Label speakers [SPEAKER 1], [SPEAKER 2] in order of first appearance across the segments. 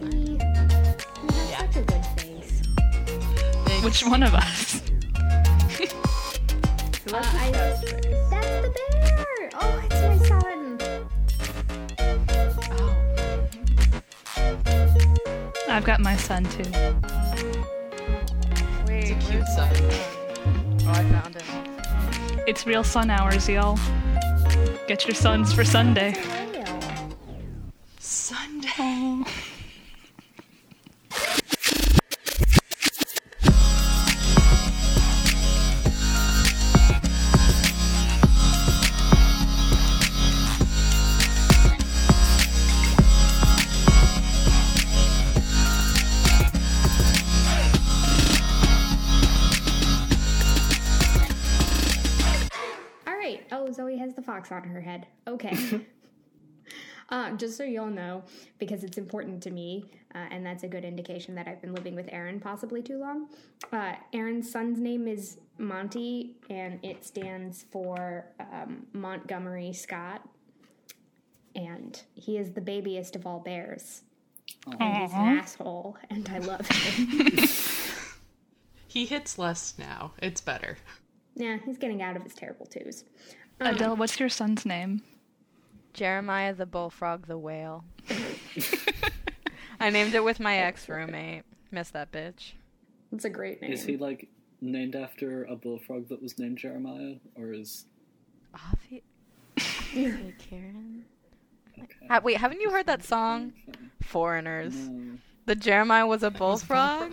[SPEAKER 1] We, we have such a good face.
[SPEAKER 2] Which one of us?
[SPEAKER 3] Who
[SPEAKER 1] Uh,
[SPEAKER 3] has the
[SPEAKER 1] I-
[SPEAKER 3] best face?
[SPEAKER 1] That's the bear! Oh, it's my son!
[SPEAKER 2] I've got my son too.
[SPEAKER 3] Wait,
[SPEAKER 4] It's a cute
[SPEAKER 3] where's
[SPEAKER 4] son.
[SPEAKER 3] my son? Oh, I found him.
[SPEAKER 2] It's real sun hours, y'all. Get your sons for Sunday.
[SPEAKER 1] Whale.
[SPEAKER 4] Sunday.
[SPEAKER 2] Oh.
[SPEAKER 1] All right. Oh, Zoe has the fox on her head. Okay. uh, just so you'll know, because it's important to me, uh, and that's a good indication that I've been living with Aaron possibly too long. Uh, Aaron's son's name is Monty, and it stands for um, Montgomery Scott. And he is the babyest of all bears. And he's an asshole, and I love him.
[SPEAKER 4] He hits less now. It's better.
[SPEAKER 1] yeah, he's getting out of his terrible twos.
[SPEAKER 2] Adele, what's your son's name?
[SPEAKER 3] Jeremiah the bullfrog the whale. I named it with my ex roommate. Miss that bitch.
[SPEAKER 1] It's a great name.
[SPEAKER 5] Is he like named after a bullfrog that was named Jeremiah, or is
[SPEAKER 3] Avi. Avi Karen. Ha- wait, haven't you heard that song? Foreigners.
[SPEAKER 5] no.
[SPEAKER 3] The Jeremiah was a bullfrog.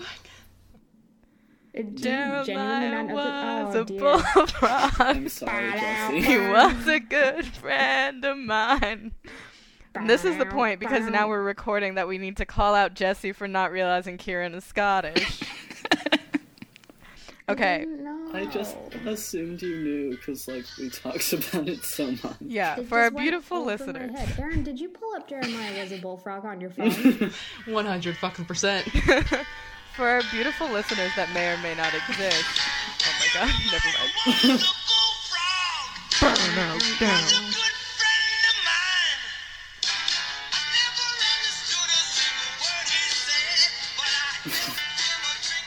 [SPEAKER 1] It gen-
[SPEAKER 3] Jeremiah
[SPEAKER 1] genuinely not-
[SPEAKER 3] was
[SPEAKER 1] oh,
[SPEAKER 3] a
[SPEAKER 1] dear.
[SPEAKER 5] I'm
[SPEAKER 3] bullfrog.
[SPEAKER 5] sorry, Jesse.
[SPEAKER 3] He was a good friend of mine. And this is the point because now we're recording that we need to call out Jesse for not realizing Kieran is Scottish. okay.
[SPEAKER 1] No.
[SPEAKER 5] I just assumed you knew because like we talked about it so much.
[SPEAKER 3] Yeah,
[SPEAKER 1] It
[SPEAKER 3] for our
[SPEAKER 1] just went
[SPEAKER 3] beautiful
[SPEAKER 1] over my
[SPEAKER 3] listeners.
[SPEAKER 1] head. Aaron, did you pull up Jeremiah was a bullfrog on your phone?
[SPEAKER 4] One hundred fucking percent.
[SPEAKER 3] For our beautiful listeners that may or may not exist. Oh my god, never mind.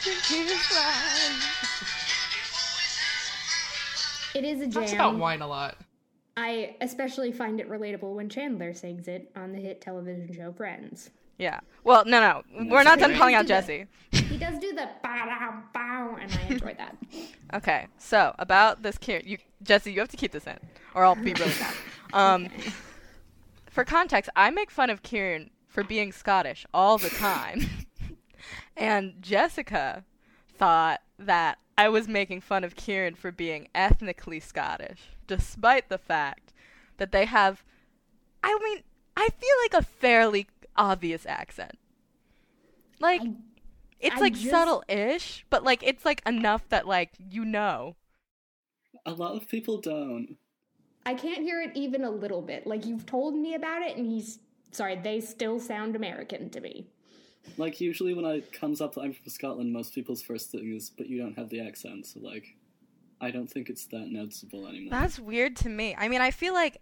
[SPEAKER 3] He's mine.
[SPEAKER 1] it is a jam.
[SPEAKER 4] Talks about wine a lot.
[SPEAKER 1] I especially find it relatable when Chandler sings it on the hit television show Friends.
[SPEAKER 3] Yeah. Well, no, no. We're not done calling out Jesse.
[SPEAKER 1] He does do the bow bow bow, and I enjoy that.
[SPEAKER 3] Okay. So, about this Kieran. You, Jesse, you have to keep this in, or I'll be really mad. Um, for context, I make fun of Kieran for being Scottish all the time. and Jessica thought that I was making fun of Kieran for being ethnically Scottish, despite the fact that they have, I mean, I feel like a fairly obvious accent. Like, it's
[SPEAKER 1] I
[SPEAKER 3] like
[SPEAKER 1] just-
[SPEAKER 3] subtle ish, but like, it's like enough that, like, you know.
[SPEAKER 5] A lot of people don't.
[SPEAKER 1] I can't hear it even a little bit. Like you've told me about it, and he's sorry. They still sound American to me.
[SPEAKER 5] Like usually when it comes up that I'm from Scotland, most people's first thing is, "But you don't have the accent," so like, I don't think it's that noticeable anymore.
[SPEAKER 3] That's weird to me. I mean, I feel like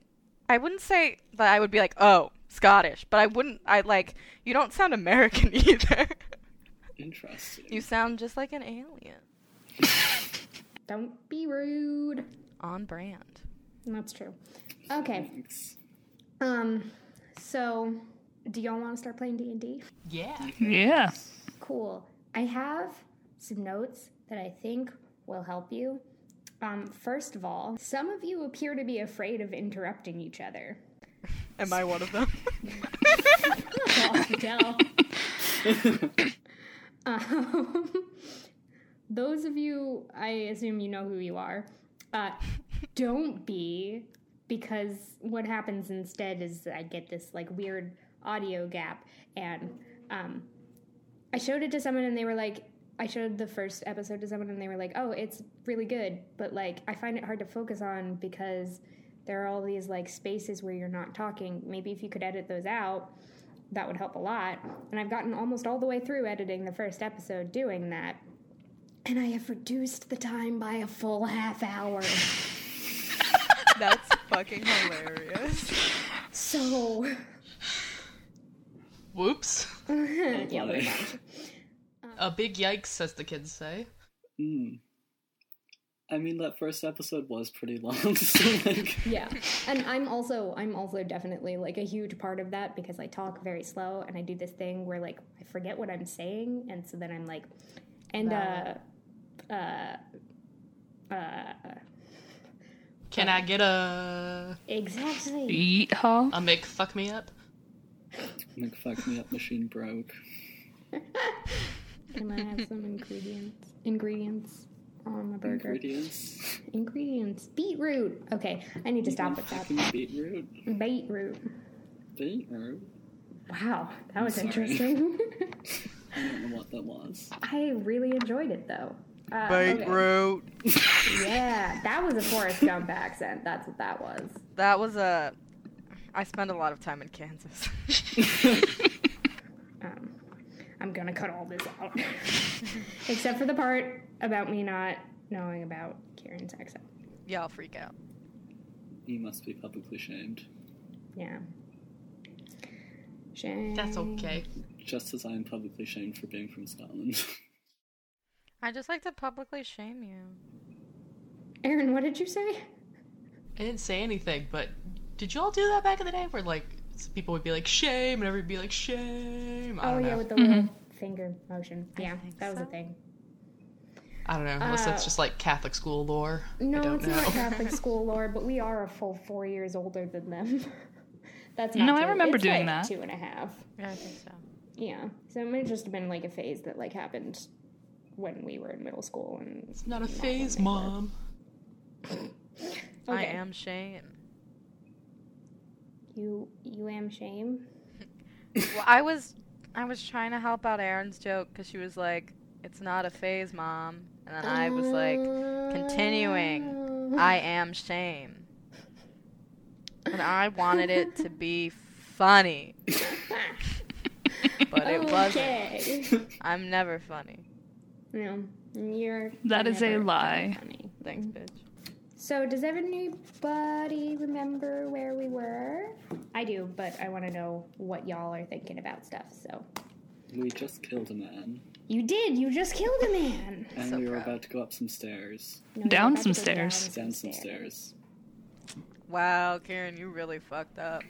[SPEAKER 3] I wouldn't say that I would be like, oh, Scottish, but I wouldn't. I like you don't sound American either.
[SPEAKER 5] Interesting.
[SPEAKER 3] you sound just like an alien.
[SPEAKER 1] Don't be rude.
[SPEAKER 3] On brand.
[SPEAKER 1] That's true. Okay.
[SPEAKER 5] Thanks.
[SPEAKER 1] Um. So, do y'all want to start playing D and D?
[SPEAKER 4] Yeah.
[SPEAKER 2] Yeah.
[SPEAKER 1] Cool. I have some notes that I think will help you. Um, first of all, some of you appear to be afraid of interrupting each other.
[SPEAKER 3] Am I one of them?
[SPEAKER 1] Oh, Adele. um, those of you, I assume you know who you are, uh, don't be, because what happens instead is I get this like weird audio gap, and um, I showed it to someone and they were like, I showed the first episode to someone and they were like, oh, it's really good, but like I find it hard to focus on because there are all these like spaces where you're not talking. Maybe if you could edit those out. that would help a lot. And I've gotten almost all the way through editing the first episode doing that. And I have reduced the time by a full half hour.
[SPEAKER 3] That's fucking hilarious.
[SPEAKER 1] So,
[SPEAKER 4] Whoops.
[SPEAKER 1] yeah, pretty
[SPEAKER 5] Why?
[SPEAKER 1] much.
[SPEAKER 4] A big yikes, as the kids say.
[SPEAKER 5] Mm. I mean, that first episode was pretty long, so like,
[SPEAKER 1] yeah and i'm also i'm also definitely like a huge part of that because i talk very slow and i do this thing where like i forget what i'm saying and so then i'm like and uh
[SPEAKER 4] Can I get a
[SPEAKER 1] exactly
[SPEAKER 2] Yeet haw.
[SPEAKER 4] a Mick fuck me up?
[SPEAKER 5] like fuck me up machine broke.
[SPEAKER 1] can i have some ingredients ingredients on my burger
[SPEAKER 5] Ingredients:
[SPEAKER 1] ingredients beetroot okay i need to stop with that
[SPEAKER 5] fucking beetroot,
[SPEAKER 1] beetroot
[SPEAKER 5] beetroot.
[SPEAKER 1] wow that was
[SPEAKER 5] sorry.
[SPEAKER 1] interesting
[SPEAKER 5] I don't know what that was.
[SPEAKER 1] i really enjoyed it though uh, okay.
[SPEAKER 3] root.
[SPEAKER 1] yeah that was a forest gump accent that's what that was
[SPEAKER 3] That was a. I spend a lot of time in Kansas.
[SPEAKER 1] um, I'm gonna cut all this out, except for the part about me not knowing about Kieran's accent.
[SPEAKER 3] yeah, I'll freak out.
[SPEAKER 5] You must be publicly shamed,
[SPEAKER 1] Yeah. Shame.
[SPEAKER 4] That's okay.
[SPEAKER 5] just as I am publicly shamed for being from Scotland.
[SPEAKER 3] I just like to publicly shame you.
[SPEAKER 1] Aaron, what did you say?
[SPEAKER 4] I didn't say anything, but did you all do that back in the day where like s- people would be like shame and everyone would be like shame? I
[SPEAKER 1] Oh
[SPEAKER 4] don't know.
[SPEAKER 1] yeah, with the little finger motion. Yeah,
[SPEAKER 3] think
[SPEAKER 1] that was a
[SPEAKER 3] so.
[SPEAKER 1] thing.
[SPEAKER 4] I don't know. Unless that's
[SPEAKER 1] Uh,
[SPEAKER 4] just like Catholic school lore. I
[SPEAKER 1] No,
[SPEAKER 4] don't
[SPEAKER 1] it's
[SPEAKER 4] know.
[SPEAKER 1] not Catholic school lore, but we are a full four years older than them. That's not
[SPEAKER 2] No, I
[SPEAKER 1] true.
[SPEAKER 2] remember
[SPEAKER 1] It's like
[SPEAKER 2] doing that.
[SPEAKER 1] Two and a half.
[SPEAKER 3] Yeah, I think so.
[SPEAKER 1] Yeah, so it might have just been like a phase that like happened when we were in middle school and
[SPEAKER 4] It's not a
[SPEAKER 1] when
[SPEAKER 4] phase,
[SPEAKER 1] they were.
[SPEAKER 4] mom.
[SPEAKER 3] I
[SPEAKER 1] Okay.
[SPEAKER 3] am shame.
[SPEAKER 1] You you am shame.
[SPEAKER 3] Well, I was, I was trying to help out Aaron's joke because she was like, "It's not a phase, mom," and then I was like,
[SPEAKER 1] Uh.
[SPEAKER 3] continuing, "I am shame," and I wanted it to be funny, but it wasn't.
[SPEAKER 1] okay.
[SPEAKER 3] I'm never funny.
[SPEAKER 1] no, you're.
[SPEAKER 2] That is a
[SPEAKER 1] never
[SPEAKER 2] lie.
[SPEAKER 1] funny.
[SPEAKER 3] Thanks, bitch.
[SPEAKER 1] So, does anybody remember where we were? I do, but I want to know what y'all are thinking about stuff. So,
[SPEAKER 5] we just killed a man,
[SPEAKER 1] you did. You just killed a man.
[SPEAKER 5] and
[SPEAKER 3] So
[SPEAKER 5] we were
[SPEAKER 3] proud.
[SPEAKER 5] about to go up some stairs,
[SPEAKER 1] No, you're
[SPEAKER 2] Down
[SPEAKER 1] about
[SPEAKER 2] some
[SPEAKER 1] to go down
[SPEAKER 2] stairs.
[SPEAKER 5] down some stairs.
[SPEAKER 3] Wow, Karen, you really fucked up.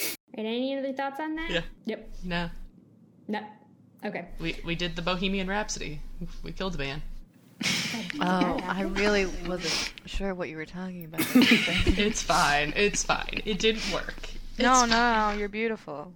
[SPEAKER 1] Right, any other thoughts on that?
[SPEAKER 4] Yeah.
[SPEAKER 1] Yep.
[SPEAKER 4] No.
[SPEAKER 1] No. Okay.
[SPEAKER 4] We we did the Bohemian Rhapsody. We killed a man.
[SPEAKER 3] Oh, I really wasn't sure what you were talking about.
[SPEAKER 4] It's fine. It's fine. It didn't work.
[SPEAKER 3] no, no, you're beautiful.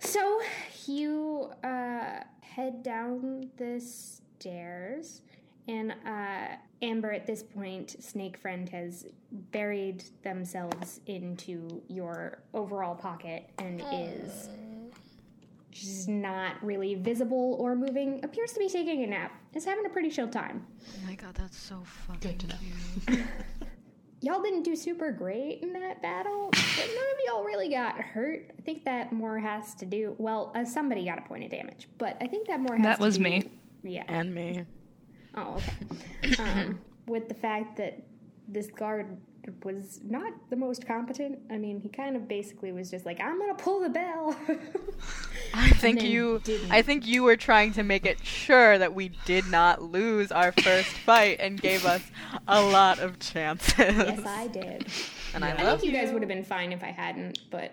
[SPEAKER 1] So you uh, head down the stairs, and uh, Amber, at this point, Snake Friend has buried themselves into your overall pocket and is just not really visible or moving. Appears to be taking a nap. Is having a pretty chill time.
[SPEAKER 3] Oh my god, that's so fucking
[SPEAKER 4] Good to know.
[SPEAKER 1] Y'all didn't do super great in that battle, but none of y'all really got hurt. I think that more has to do. Well, uh, somebody got a point of damage, but I think that more has
[SPEAKER 2] That
[SPEAKER 1] to
[SPEAKER 2] was
[SPEAKER 1] do-
[SPEAKER 2] me.
[SPEAKER 1] Yeah.
[SPEAKER 3] And me.
[SPEAKER 1] Oh, okay. um, with the fact that this guard was not the most competent. I mean, he kind of basically was just like, "I'm gonna pull the bell."
[SPEAKER 3] I think
[SPEAKER 1] then
[SPEAKER 3] you
[SPEAKER 1] didn't.
[SPEAKER 3] I think you were trying to make it sure that we did not lose our first fight and gave us a lot of chances.
[SPEAKER 1] yes, I did.
[SPEAKER 3] and I
[SPEAKER 1] I
[SPEAKER 3] love
[SPEAKER 1] think you guys would have been fine if I hadn't, but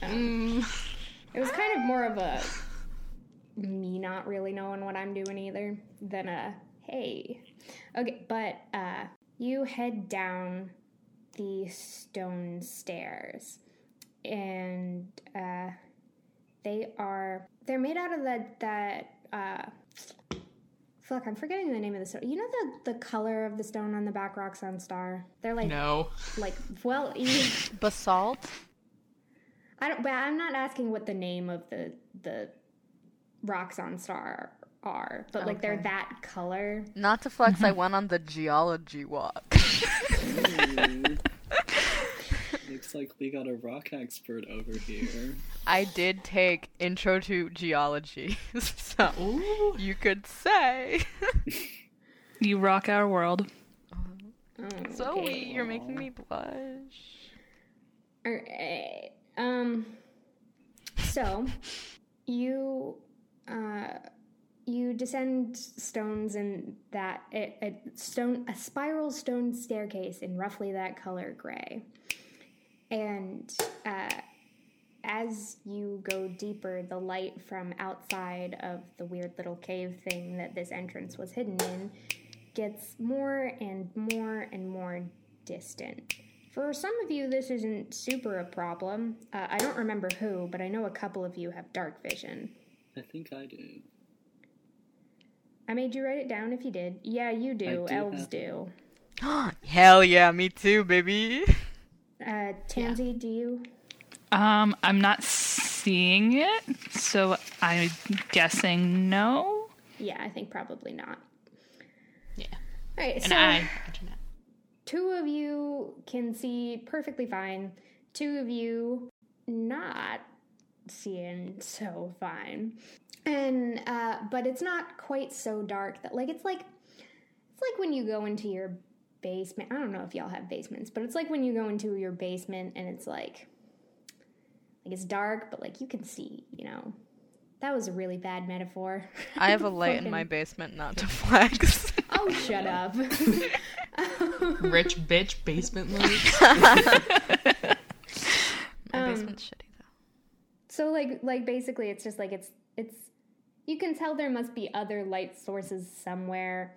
[SPEAKER 1] um,
[SPEAKER 4] Mm,
[SPEAKER 1] it was kind of more of a me not really knowing what I'm doing either than a hey. Okay, but uh, you head down the stone stairs, and uh, they are they're made out of that that. Uh, Fuck, I'm forgetting the name of the stone. You know the, the color of the stone on the back rock sun star? They're like
[SPEAKER 4] no.
[SPEAKER 1] like well you-
[SPEAKER 3] basalt.
[SPEAKER 1] I don't. But I'm not asking what the name of the the rocks on star are, but like they're that color.
[SPEAKER 3] Not to flex, I went on the geology walk.
[SPEAKER 5] Looks like we got a rock expert over here.
[SPEAKER 3] I did take intro to geology, so
[SPEAKER 4] Ooh.
[SPEAKER 3] you could say.
[SPEAKER 2] You rock our world.
[SPEAKER 1] Oh,
[SPEAKER 3] Zoe, you're making me blush.
[SPEAKER 1] All right. Um. So, you, uh, you descend stones in that a, a stone a spiral stone staircase in roughly that color gray, and uh, as you go deeper, the light from outside of the weird little cave thing that this entrance was hidden in gets more and more and more distant. For some of you, this isn't super a problem. Uh, I don't remember who, but I know a couple of you have dark vision.
[SPEAKER 5] I think I do.
[SPEAKER 1] I made you write it down if you did. Yeah, you do.
[SPEAKER 5] do
[SPEAKER 1] Elves
[SPEAKER 5] have-
[SPEAKER 1] do.
[SPEAKER 3] Hell yeah, me too, baby.
[SPEAKER 1] Uh, Tansy, do you?
[SPEAKER 2] Um, I'm not seeing it, so I'm guessing no.
[SPEAKER 1] Yeah, I think probably not.
[SPEAKER 4] Yeah.
[SPEAKER 1] All right,
[SPEAKER 4] And
[SPEAKER 1] so
[SPEAKER 4] I imagine that.
[SPEAKER 1] two of you can see perfectly fine. Two of you not seeing so fine. And uh, but it's not quite so dark that like it's like it's like when you go into your basement. I don't know if y'all have basements, but it's like when you go into your basement and it's like like it's dark, but like you can see. You know, that was a really bad metaphor.
[SPEAKER 3] I have a light in my
[SPEAKER 1] Fucking-
[SPEAKER 3] basement, not to flex.
[SPEAKER 1] Oh, shut up. Um,
[SPEAKER 4] Rich bitch basement loot.
[SPEAKER 3] my basement's shitty though.
[SPEAKER 1] So like like basically it's just like it's it's you can tell there must be other light sources somewhere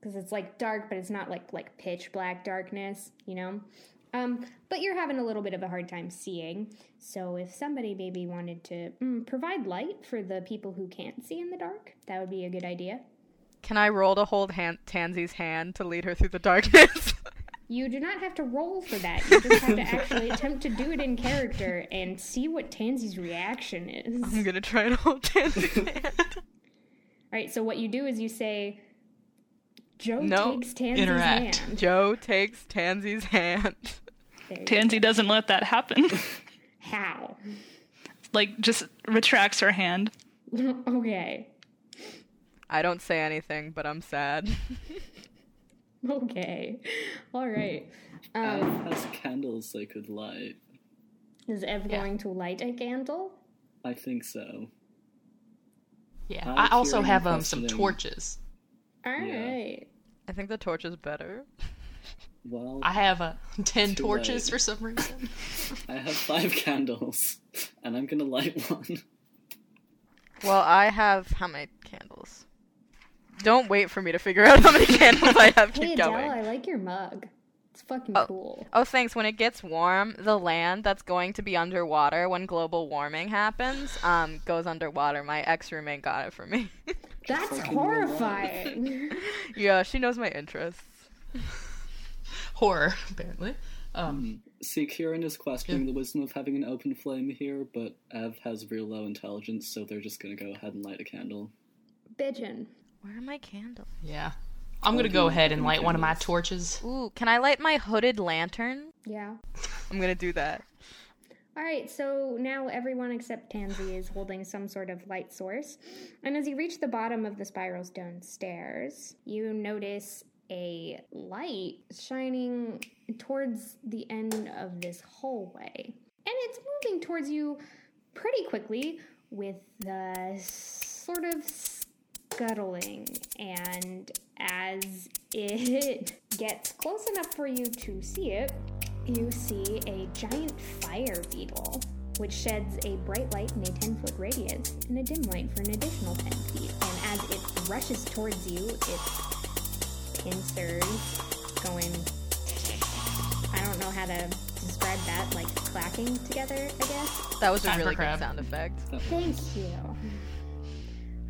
[SPEAKER 1] because it's like dark but it's not like like pitch black darkness, you know. Um, but you're having a little bit of a hard time seeing. So if somebody maybe wanted to mm, provide light for the people who can't see in the dark, that would be a good idea.
[SPEAKER 3] Can I roll to hold Han- Tansy's hand to lead her through the darkness?
[SPEAKER 1] You do not have to roll for that. You just have to actually attempt to do it in character and see what Tansy's reaction is.
[SPEAKER 3] I'm gonna try to hold Tansy's hand.
[SPEAKER 1] All right, so what you do is you say, Joe
[SPEAKER 3] No.
[SPEAKER 1] takes Tansy's
[SPEAKER 4] Interact.
[SPEAKER 1] hand.
[SPEAKER 3] Joe takes Tansy's hand.
[SPEAKER 1] There you
[SPEAKER 2] Tansy doesn't let that happen.
[SPEAKER 1] go. How?
[SPEAKER 2] like, just retracts her hand.
[SPEAKER 1] okay.
[SPEAKER 3] I don't say anything, but I'm sad.
[SPEAKER 1] Okay. All right.
[SPEAKER 5] Alf
[SPEAKER 1] Um,
[SPEAKER 5] has candles they could light.
[SPEAKER 1] is Ev going to light a candle?
[SPEAKER 5] I think so.
[SPEAKER 4] Yeah.
[SPEAKER 5] I'm
[SPEAKER 4] I also
[SPEAKER 5] hearing
[SPEAKER 4] have
[SPEAKER 5] you
[SPEAKER 4] um some
[SPEAKER 5] questioning.
[SPEAKER 4] torches.
[SPEAKER 1] All right.
[SPEAKER 5] Yeah.
[SPEAKER 3] I think the torch is better.
[SPEAKER 5] Well,
[SPEAKER 4] I have uh, ten
[SPEAKER 5] Too
[SPEAKER 4] torches
[SPEAKER 5] late.
[SPEAKER 4] for some reason.
[SPEAKER 5] I have five candles, and I'm gonna light one.
[SPEAKER 3] Well, I have how many candles? Don't wait for me to figure out how many candles I have.
[SPEAKER 1] Hey,
[SPEAKER 3] Keep
[SPEAKER 1] Adele,
[SPEAKER 3] going.
[SPEAKER 1] I like your mug. It's fucking cool.
[SPEAKER 3] Oh, thanks. When it gets warm, the land that's going to be underwater when global warming happens um, goes underwater. My ex roommate got it for me.
[SPEAKER 1] That's horrifying.
[SPEAKER 3] yeah, she knows my interests.
[SPEAKER 4] Horror, apparently. Um,
[SPEAKER 5] See, Kieran is questioning the wisdom of having an open flame here, but Ev has real low intelligence, so they're just gonna go ahead and light a candle.
[SPEAKER 1] Bitchin'.
[SPEAKER 3] Where are my candles?
[SPEAKER 4] yeah. I'm gonna go ahead and light one of my torches.
[SPEAKER 3] Ooh, can I light my hooded lantern?
[SPEAKER 1] Yeah.
[SPEAKER 3] I'm gonna do that.
[SPEAKER 1] All right, so now everyone except Tansy is holding some sort of light source. And as you reach the bottom of the spiral stone stairs, you notice a light shining towards the end of this hallway. And it's moving towards you pretty quickly with the sort of scuttling. And as it gets close enough for you to see it, you see a giant fire beetle, which sheds a bright light in a 10 foot radius and a dim light for an additional 10 feet. And as it rushes towards you, its pincers going. I don't know how to describe that, like clacking together, I guess.
[SPEAKER 3] That was a
[SPEAKER 4] Time for
[SPEAKER 3] really good
[SPEAKER 4] crab.
[SPEAKER 3] sound effect.
[SPEAKER 1] Thank you.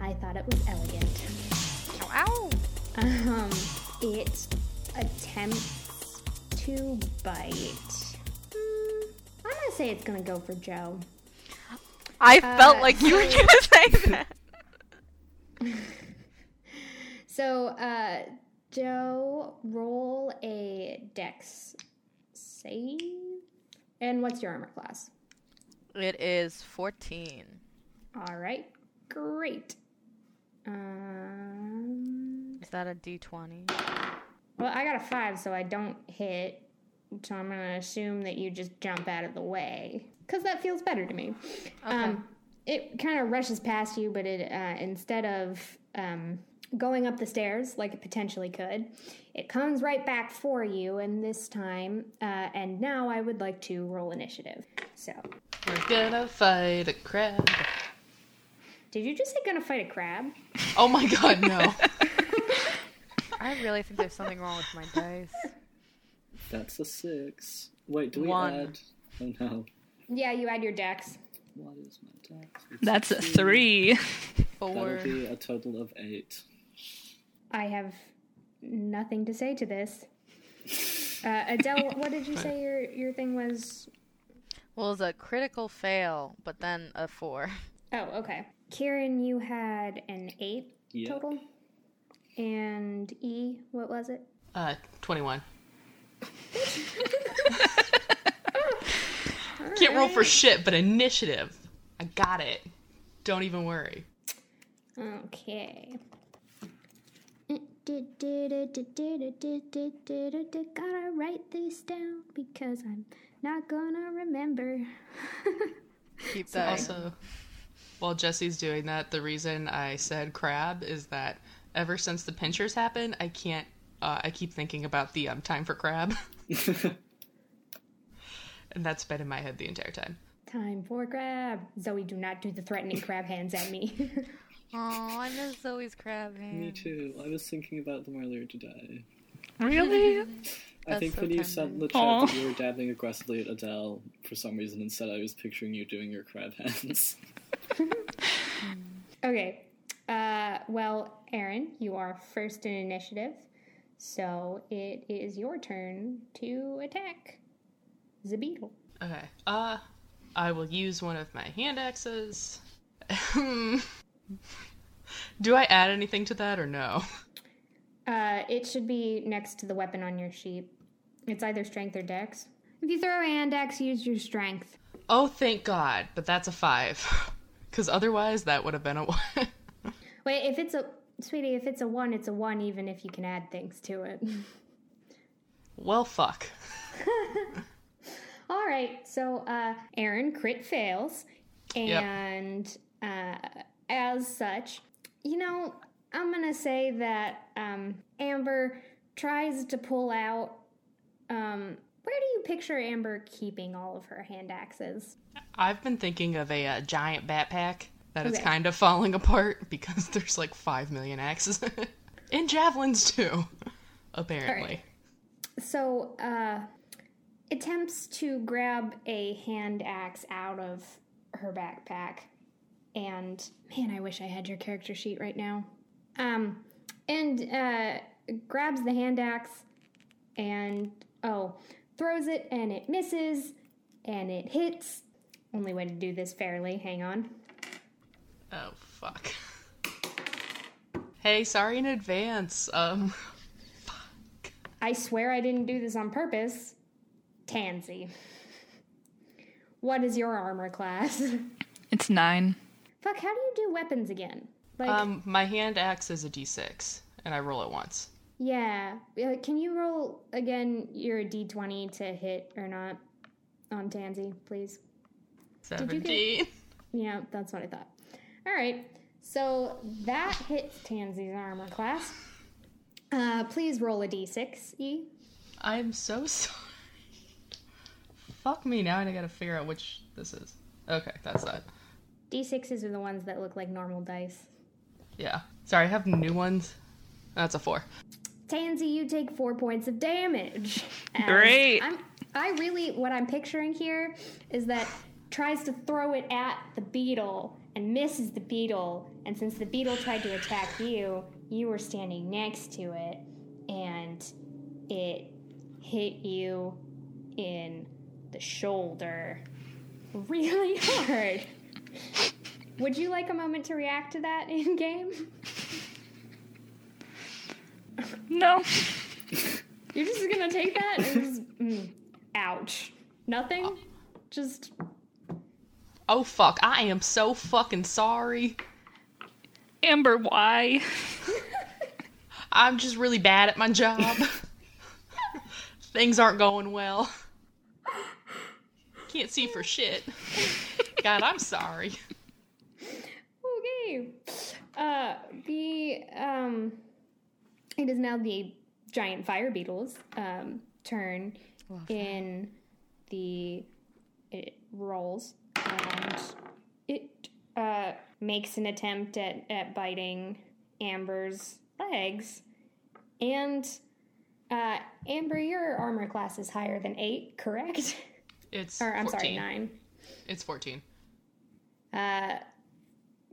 [SPEAKER 1] I thought it was elegant.
[SPEAKER 3] Ow, ow.
[SPEAKER 1] Um, it attempts to bite. Mm, I'm gonna say it's gonna go for Joe.
[SPEAKER 3] I
[SPEAKER 1] Uh,
[SPEAKER 3] felt like you were gonna say that.
[SPEAKER 1] So, uh, Joe, roll a dex save. And what's your armor class?
[SPEAKER 3] It is 14.
[SPEAKER 1] All right, great. Um,
[SPEAKER 3] Is that a d20?
[SPEAKER 1] well, I got a five, so I don't hit. So I'm gonna assume that you just jump out of the way, cause that feels better to me. Um, it kind of rushes past you, but it uh, instead of um, going up the stairs like it potentially could, it comes right back for you. And this time, uh, and now I would like to roll initiative. So,
[SPEAKER 4] We're gonna fight a crab.
[SPEAKER 1] did you just say gonna fight a crab?
[SPEAKER 4] Oh my god, no.
[SPEAKER 3] I really think there's something wrong with my dice.
[SPEAKER 5] That's a six. Wait, do we
[SPEAKER 3] One.
[SPEAKER 5] add? Oh no.
[SPEAKER 1] Yeah, you add your dex.
[SPEAKER 5] What is my dex? It's
[SPEAKER 2] That's a
[SPEAKER 5] two.
[SPEAKER 2] three.
[SPEAKER 3] Four.
[SPEAKER 5] That'll be a total of eight.
[SPEAKER 1] I have nothing to say to this. Uh, Adele, what did you say your your thing was?
[SPEAKER 3] Well, it's a critical fail, but then a four.
[SPEAKER 1] Oh, okay. Kieran, you had an eight
[SPEAKER 5] Yeah.
[SPEAKER 1] total, and E, what was it?
[SPEAKER 4] Uh, 21. Can't roll for shit, but initiative. I got it. Don't even worry.
[SPEAKER 1] Okay. Gotta write this down because I'm not gonna remember.
[SPEAKER 3] Keep that.
[SPEAKER 4] Also, while Jesse's doing that, the reason I said crab is that ever since the pinchers happened, I can't. Uh, I keep thinking about the um, time for crab, and that's been in my head the entire time.
[SPEAKER 1] Time for grab. Zoe, do not do the threatening crab hands at me.
[SPEAKER 3] Oh, I miss Zoe's crab
[SPEAKER 5] Me
[SPEAKER 3] hand.
[SPEAKER 5] too. I was thinking about them earlier today.
[SPEAKER 2] Really?
[SPEAKER 5] I think
[SPEAKER 3] so
[SPEAKER 5] when you said in the chat
[SPEAKER 2] Aw.
[SPEAKER 5] that you were dabbing aggressively at Adele for some reason, instead I was picturing you doing your crab hands.
[SPEAKER 1] Okay. Uh, well, Aaron, you are first in initiative, so it is your turn to attack the beetle.
[SPEAKER 4] Okay. Uh, I will use one of my hand axes. Do I add anything to that or no?
[SPEAKER 1] Uh, it should be next to the weapon on your sheet. It's either strength or dex. If you throw a hand axe, use your strength.
[SPEAKER 4] Oh, thank God! But that's a five, because otherwise that would have been a one.
[SPEAKER 1] Wait, if it's a sweetie, if it's a one, it's a one, even if you can add things to it.
[SPEAKER 4] well, fuck.
[SPEAKER 1] All right, so uh, Aaron crit fails,
[SPEAKER 4] Yep.
[SPEAKER 1] and uh, as such, you know, I'm gonna say that um, Amber tries to pull out. Um, where do you picture Amber keeping all of her hand axes?
[SPEAKER 4] I've been thinking of a uh, giant backpack that is
[SPEAKER 1] Okay.
[SPEAKER 4] kind of falling apart because there's like five million axes in it. and javelins too, apparently.
[SPEAKER 1] So uh, attempts to grab a hand axe out of her backpack, and man, I wish I had your character sheet right now. Um, and uh, grabs the hand axe, and oh, throws it, and it misses, and it hits. Only way to do this fairly. Hang on.
[SPEAKER 4] Oh fuck. Hey, sorry in advance. Um,
[SPEAKER 1] I swear I didn't do this on purpose. Tansy. What is your armor class?
[SPEAKER 2] It's nine.
[SPEAKER 1] Fuck, how do you do weapons again? Like,
[SPEAKER 4] um, my hand axe is a d6, and I roll it once.
[SPEAKER 1] yeah. Uh, Can you roll again your d20 to hit or not on Tansy, please? Did you get-
[SPEAKER 4] Seventeen.
[SPEAKER 1] Yeah, that's what I thought. All right. So that hits Tansy's armor class. Uh, please roll a d6, E.
[SPEAKER 4] I'm so sorry. Fuck me. Now I gotta figure out which this is. Okay, that's that.
[SPEAKER 1] D6s are the ones that look like normal dice.
[SPEAKER 4] Yeah. Sorry, I have new ones. That's a four.
[SPEAKER 1] Tansy, you take four points of damage. And
[SPEAKER 2] Great.
[SPEAKER 1] I'm, I really, what I'm picturing here is that tries to throw it at the beetle and misses the beetle. And since the beetle tried to attack you, you were standing next to it, and it hit you in the shoulder really hard. Would you like a moment to react to that in game?
[SPEAKER 2] No.
[SPEAKER 1] You're just gonna take that? And just, mm, ouch. Nothing? Just
[SPEAKER 4] Oh fuck, I am so fucking sorry.
[SPEAKER 2] Amber, why?
[SPEAKER 4] I'm just really bad at my job. Things aren't going well. Can't see for shit. God, I'm sorry.
[SPEAKER 1] okay. Uh, the um, it is now the giant fire beetles' um, turn in the it rolls and it uh, makes an attempt at, at biting Amber's legs and. Uh, Amber, your armor class is higher than eight, correct?
[SPEAKER 4] It's
[SPEAKER 1] or I'm
[SPEAKER 4] 14.
[SPEAKER 1] sorry, nine.
[SPEAKER 4] It's 14.
[SPEAKER 1] Uh,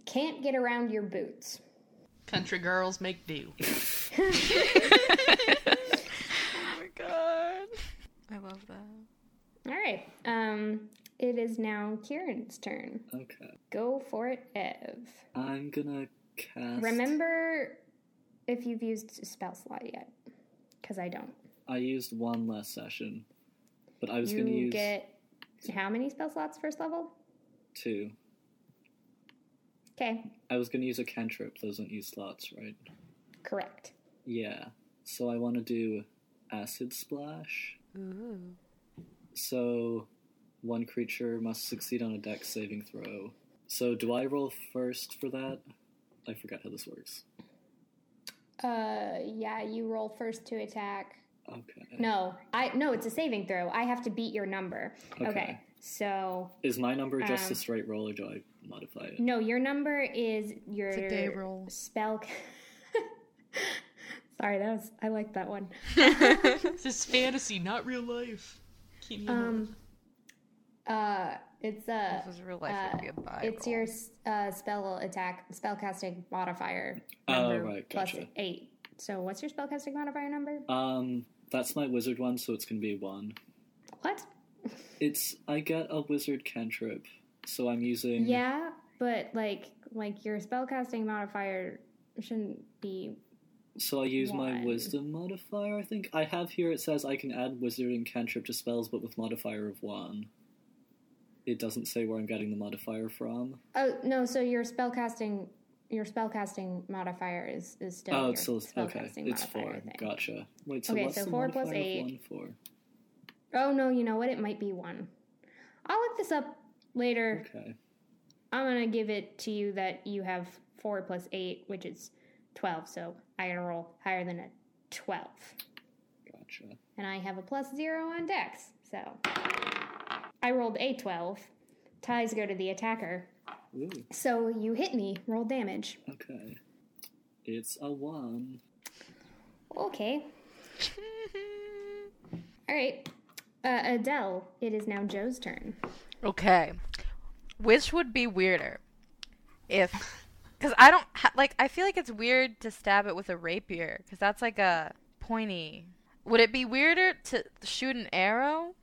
[SPEAKER 1] can't get around your boots.
[SPEAKER 4] Country girls make do.
[SPEAKER 3] Oh my god. I love that.
[SPEAKER 1] All right. Um, it is now Kieran's turn.
[SPEAKER 5] Okay.
[SPEAKER 1] Go for it, Ev.
[SPEAKER 5] I'm gonna cast.
[SPEAKER 1] Remember if you've used spell slot yet, because I don't.
[SPEAKER 5] I used one last session, but I was
[SPEAKER 1] you
[SPEAKER 5] gonna use
[SPEAKER 1] get how many spell slots first level?
[SPEAKER 5] two.
[SPEAKER 1] Okay,
[SPEAKER 5] I was gonna use a cantrip. Those don't use slots, right?
[SPEAKER 1] correct.
[SPEAKER 5] Yeah. So I want to do acid splash.
[SPEAKER 3] Ooh.
[SPEAKER 5] So one creature must succeed on a dex saving throw. So do I roll first for that? I forgot how this works.
[SPEAKER 1] Uh, yeah, you roll first to attack.
[SPEAKER 5] Okay.
[SPEAKER 1] No, I no, it's a saving throw. I have to beat your number. Okay,
[SPEAKER 5] Okay.
[SPEAKER 1] so
[SPEAKER 5] Is my number just
[SPEAKER 1] Um,
[SPEAKER 5] a straight roll, or do I modify it?
[SPEAKER 1] No, your number is your
[SPEAKER 3] a day roll.
[SPEAKER 1] spell. Sorry, that was I like that one.
[SPEAKER 4] This is fantasy, not real life. Can't handle
[SPEAKER 1] Um, uh, it's a. uh,
[SPEAKER 3] This is real life. it would be a bi
[SPEAKER 1] It's
[SPEAKER 3] roll.
[SPEAKER 1] your s- uh, spell attack, spellcasting modifier
[SPEAKER 5] Oh,
[SPEAKER 1] number
[SPEAKER 5] right,
[SPEAKER 1] plus
[SPEAKER 5] gotcha.
[SPEAKER 1] eight. So, what's your spellcasting modifier number?
[SPEAKER 5] Um, that's my wizard one, so it's gonna be one.
[SPEAKER 1] What?
[SPEAKER 5] mm. It's I get a wizard cantrip, so I'm using.
[SPEAKER 1] Yeah, but like, like your spellcasting modifier shouldn't be.
[SPEAKER 5] So I use my
[SPEAKER 1] One.
[SPEAKER 5] wisdom modifier. I think I have here. It says I can add wizard and cantrip to spells, but with modifier of one. It doesn't say where I'm getting the modifier from.
[SPEAKER 1] Oh no! So your spellcasting, your spellcasting modifier is is still.
[SPEAKER 5] oh,
[SPEAKER 1] your
[SPEAKER 5] it's still okay.
[SPEAKER 1] spellcasting
[SPEAKER 5] It's
[SPEAKER 1] modifier
[SPEAKER 5] four.
[SPEAKER 1] thing.
[SPEAKER 5] Gotcha. Wait, so
[SPEAKER 1] Okay,
[SPEAKER 5] what's
[SPEAKER 1] so
[SPEAKER 5] the
[SPEAKER 1] four
[SPEAKER 5] modifier
[SPEAKER 1] plus
[SPEAKER 5] of
[SPEAKER 1] eight.
[SPEAKER 5] one for?
[SPEAKER 1] Oh no, you know what? It might be one. I'll look this up later.
[SPEAKER 5] Okay.
[SPEAKER 1] I'm gonna give it to you that you have four plus eight, which is twelve. So I gotta roll higher than a twelve,
[SPEAKER 5] Gotcha.
[SPEAKER 1] and I have a plus zero on Dex. So I rolled a twelve. Ties go to the attacker.
[SPEAKER 5] Ooh.
[SPEAKER 1] So you hit me. Roll damage.
[SPEAKER 5] Okay. It's a one.
[SPEAKER 1] Okay. All right. Uh, Adele, it is now Joe's turn.
[SPEAKER 3] Okay. Which would be weirder? If. Because I don't. Ha- like, I feel like it's weird to stab it with a rapier, because that's like a pointy. Would it be weirder to shoot an arrow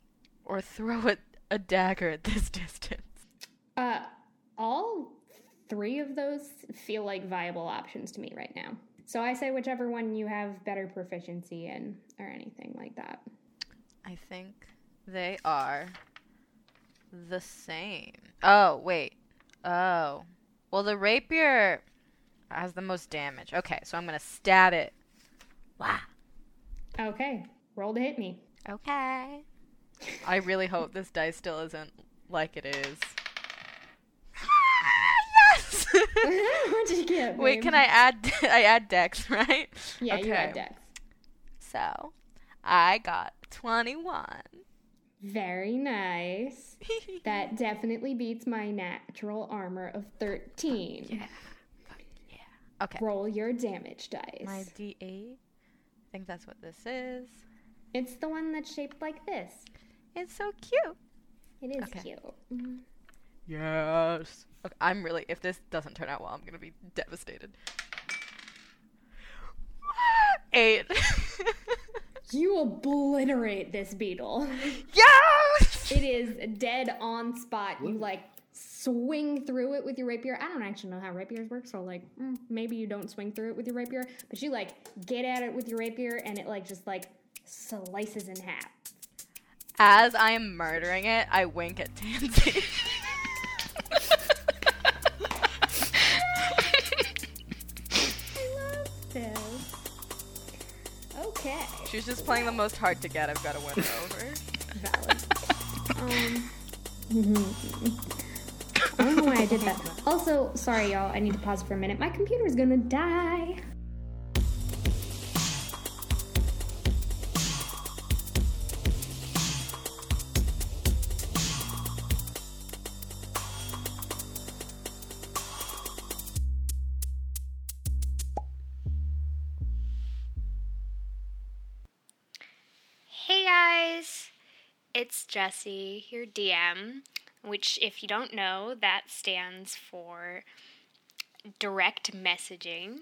[SPEAKER 3] or throw a, a dagger at this distance?
[SPEAKER 1] Uh, all three of those feel like viable options to me right now. So I say whichever one you have better proficiency in or anything like that.
[SPEAKER 3] I think they are the same. Oh, wait. Oh. Well, the rapier has the most damage. Okay, so I'm going to stab it. Wow.
[SPEAKER 1] Okay, roll to hit me.
[SPEAKER 3] Okay. I really hope this dice still isn't like it is. yes!
[SPEAKER 1] what did you get?
[SPEAKER 3] Wait,
[SPEAKER 1] babe?
[SPEAKER 3] can I add I add dex, right?
[SPEAKER 1] Yeah, you
[SPEAKER 3] Okay.
[SPEAKER 1] have dex.
[SPEAKER 3] So, I got 21.
[SPEAKER 1] Very nice. that definitely beats my natural armor of thirteen.
[SPEAKER 3] Okay.
[SPEAKER 1] Roll your damage dice.
[SPEAKER 3] My d8. I think that's what this is.
[SPEAKER 1] It's the one that's shaped like this.
[SPEAKER 3] It's so cute.
[SPEAKER 1] It is
[SPEAKER 3] Okay.
[SPEAKER 1] cute.
[SPEAKER 3] Yes. Okay, I'm really. If this doesn't turn out well, I'm gonna be devastated. Eight.
[SPEAKER 1] You obliterate this beetle.
[SPEAKER 3] yes.
[SPEAKER 1] It is dead on spot. You like
[SPEAKER 6] swing through it with your rapier. I don't actually know how rapiers work, so like mm, maybe you don't swing through it with your rapier, but you like get at it with your rapier and it like just like slices in half.
[SPEAKER 3] As I am murdering it, I wink at Tansy.
[SPEAKER 6] So okay,
[SPEAKER 3] She's just playing the most hard to get. I've got to win her over.
[SPEAKER 6] valid. um, I don't know why I did that. Also, sorry y'all, I need to pause for a minute. My computer is gonna die.
[SPEAKER 1] Hey guys, it's Jessie, your DM, which, if you don't know, that stands for direct messaging.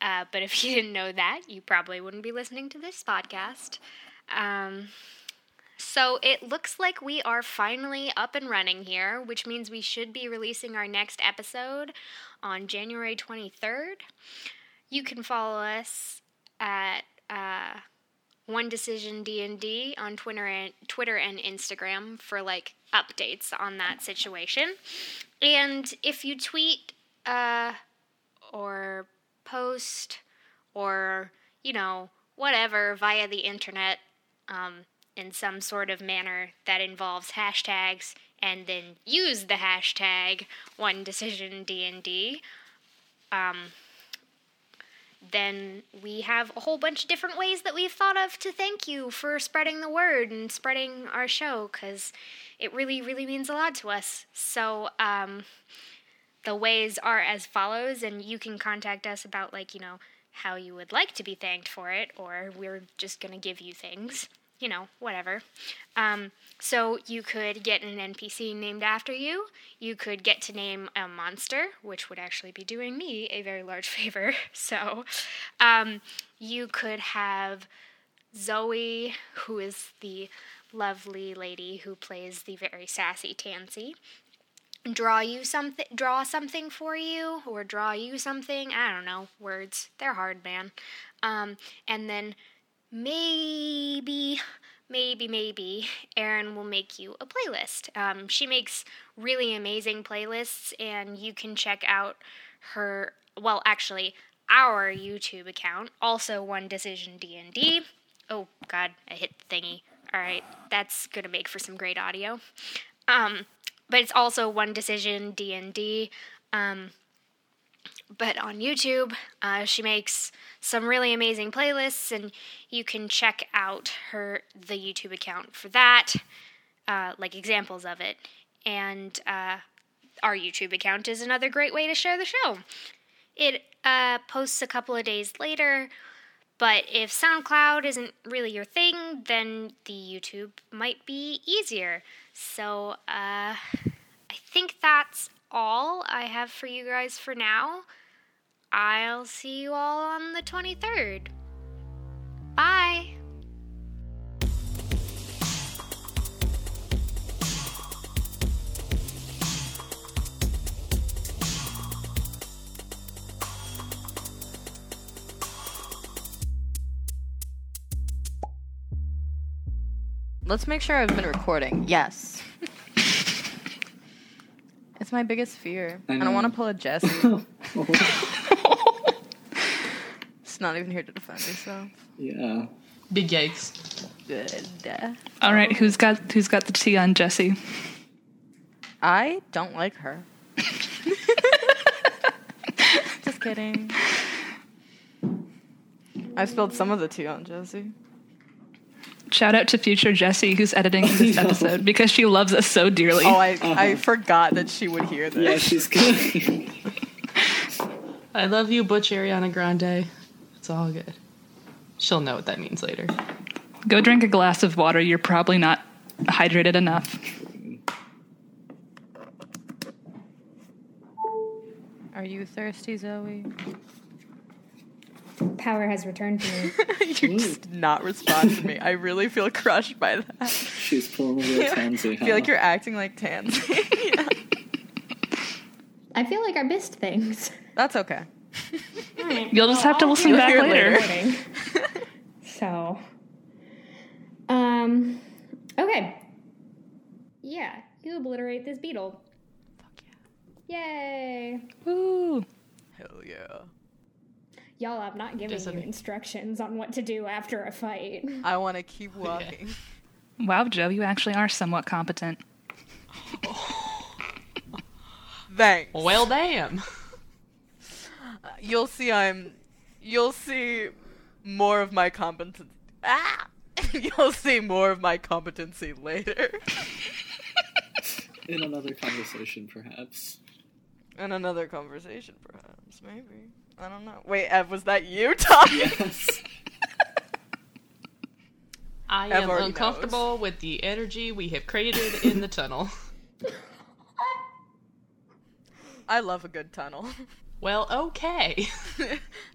[SPEAKER 1] Uh, but if you didn't know that, you probably wouldn't be listening to this podcast. Um, so it looks like we are finally up and running here, which means we should be releasing our next episode on January 23rd. You can follow us at. Uh, one decision d&d on twitter and, twitter and instagram for like updates on that situation and if you tweet uh, or post or you know whatever via the internet um, in some sort of manner that involves hashtags and then use the hashtag one decision d&d then we have a whole bunch of different ways that we've thought of to thank you for spreading the word and spreading our show because it really, really means a lot to us. So, um, the ways are as follows, and you can contact us about, like, you know, how you would like to be thanked for it, or we're just going to give you things, you know, whatever. Um, so, you could get an NPC named after you, you could get to name a monster, which would actually be doing me a very large favor. So, um, you could have Zoe, who is the lovely lady who plays the very sassy Tansy, draw you something draw something for you or draw you something i don't know words they're hard man um and then maybe maybe maybe erin will make you a playlist um she makes really amazing playlists and you can check out her well actually our youtube account also one decision d&d oh god i hit the thingy all right that's gonna make for some great audio um but it's also one decision d&d um, but on youtube uh, she makes some really amazing playlists and you can check out her the youtube account for that uh, like examples of it and uh, our youtube account is another great way to share the show it uh, posts a couple of days later but if SoundCloud isn't really your thing, then the YouTube might be easier. So uh, I think that's all I have for you guys for now. I'll see you all on the 23rd. Bye!
[SPEAKER 3] Let's make sure I've been recording. Yes. it's my biggest fear. I,
[SPEAKER 5] I
[SPEAKER 3] don't
[SPEAKER 5] know.
[SPEAKER 3] want to pull a Jess. It's not even here to defend herself.
[SPEAKER 5] yeah.
[SPEAKER 4] Big yikes.
[SPEAKER 3] Good.
[SPEAKER 2] All right, who's got who's got the tea on Jesse?
[SPEAKER 3] I don't like her. Just kidding. I spilled some of the tea on Jesse.
[SPEAKER 2] Shout out to future Jesse who's editing this episode because she loves us so dearly.
[SPEAKER 3] Oh, I, I forgot that she would hear this.
[SPEAKER 5] Yeah, she's good.
[SPEAKER 4] I love you, Butch Ariana Grande. It's all good. She'll know what that means later.
[SPEAKER 2] Go drink a glass of water. You're probably not hydrated enough.
[SPEAKER 3] Are you thirsty, Zoe?
[SPEAKER 6] Power has returned to me.
[SPEAKER 3] you just did not respond to me. I really feel crushed by that.
[SPEAKER 5] she's pulling a real Tansy.
[SPEAKER 3] I feel like you're acting like Tansy.
[SPEAKER 7] I feel like I missed things.
[SPEAKER 3] That's okay.
[SPEAKER 2] You'll just have to listen
[SPEAKER 3] do
[SPEAKER 2] back
[SPEAKER 3] it
[SPEAKER 2] later.
[SPEAKER 3] later.
[SPEAKER 7] Recording. so, um, okay. Yeah, you obliterate this beetle. Yay!
[SPEAKER 2] Woo.
[SPEAKER 3] Hell yeah.
[SPEAKER 7] Y'all, I'm not giving
[SPEAKER 4] Doesn't
[SPEAKER 7] you
[SPEAKER 4] it-
[SPEAKER 7] instructions on what to do after a fight.
[SPEAKER 3] I want to keep walking.
[SPEAKER 2] Wow, Joe, you actually are somewhat competent.
[SPEAKER 3] Thanks.
[SPEAKER 4] Well, damn.
[SPEAKER 3] You'll see I'm you'll see more of my competency. Ah! you'll see more of my competency later
[SPEAKER 5] In another conversation, perhaps.
[SPEAKER 3] in another conversation perhaps maybe. I don't know. Wait, Ev, was that you talking?
[SPEAKER 5] Yes.
[SPEAKER 4] I
[SPEAKER 3] Ev
[SPEAKER 4] am
[SPEAKER 3] already
[SPEAKER 4] uncomfortable with the energy we have created in the tunnel.
[SPEAKER 3] I love a good tunnel.
[SPEAKER 4] Well, okay.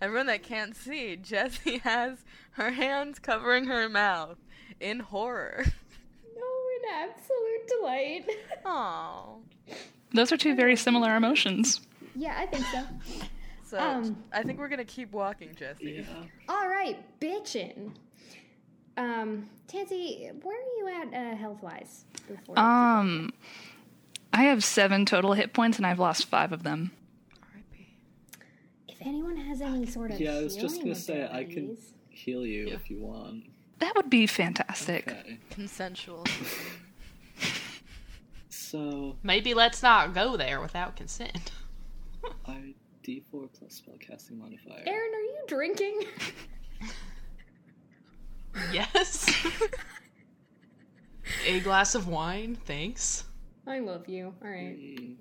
[SPEAKER 3] Everyone that can't see, Jessie has her hands covering her mouth in horror.
[SPEAKER 7] no, in absolute delight.
[SPEAKER 3] Aww.
[SPEAKER 2] Those are two very similar emotions.
[SPEAKER 7] yeah, I think so.
[SPEAKER 3] So
[SPEAKER 7] Um.
[SPEAKER 3] I think we're gonna keep walking, Jessie.
[SPEAKER 5] yeah.
[SPEAKER 7] All right, bitchin'. Um, Tansy, where are you at uh, health wise? Before
[SPEAKER 2] Um, I have seven total hit points, and I've lost five of them.
[SPEAKER 7] if anyone has any sort of
[SPEAKER 5] Yeah, I was just
[SPEAKER 7] healing
[SPEAKER 5] gonna say I can
[SPEAKER 7] abilities-
[SPEAKER 5] heal you if you want.
[SPEAKER 2] That would be fantastic.
[SPEAKER 5] Okay.
[SPEAKER 3] Consensual.
[SPEAKER 5] So
[SPEAKER 4] Maybe let's not go there without consent.
[SPEAKER 5] I D four plus spellcasting modifier.
[SPEAKER 7] Aaron, are you drinking?
[SPEAKER 4] Yes. A glass of wine, thanks.
[SPEAKER 7] I love you. All right.
[SPEAKER 5] Mm,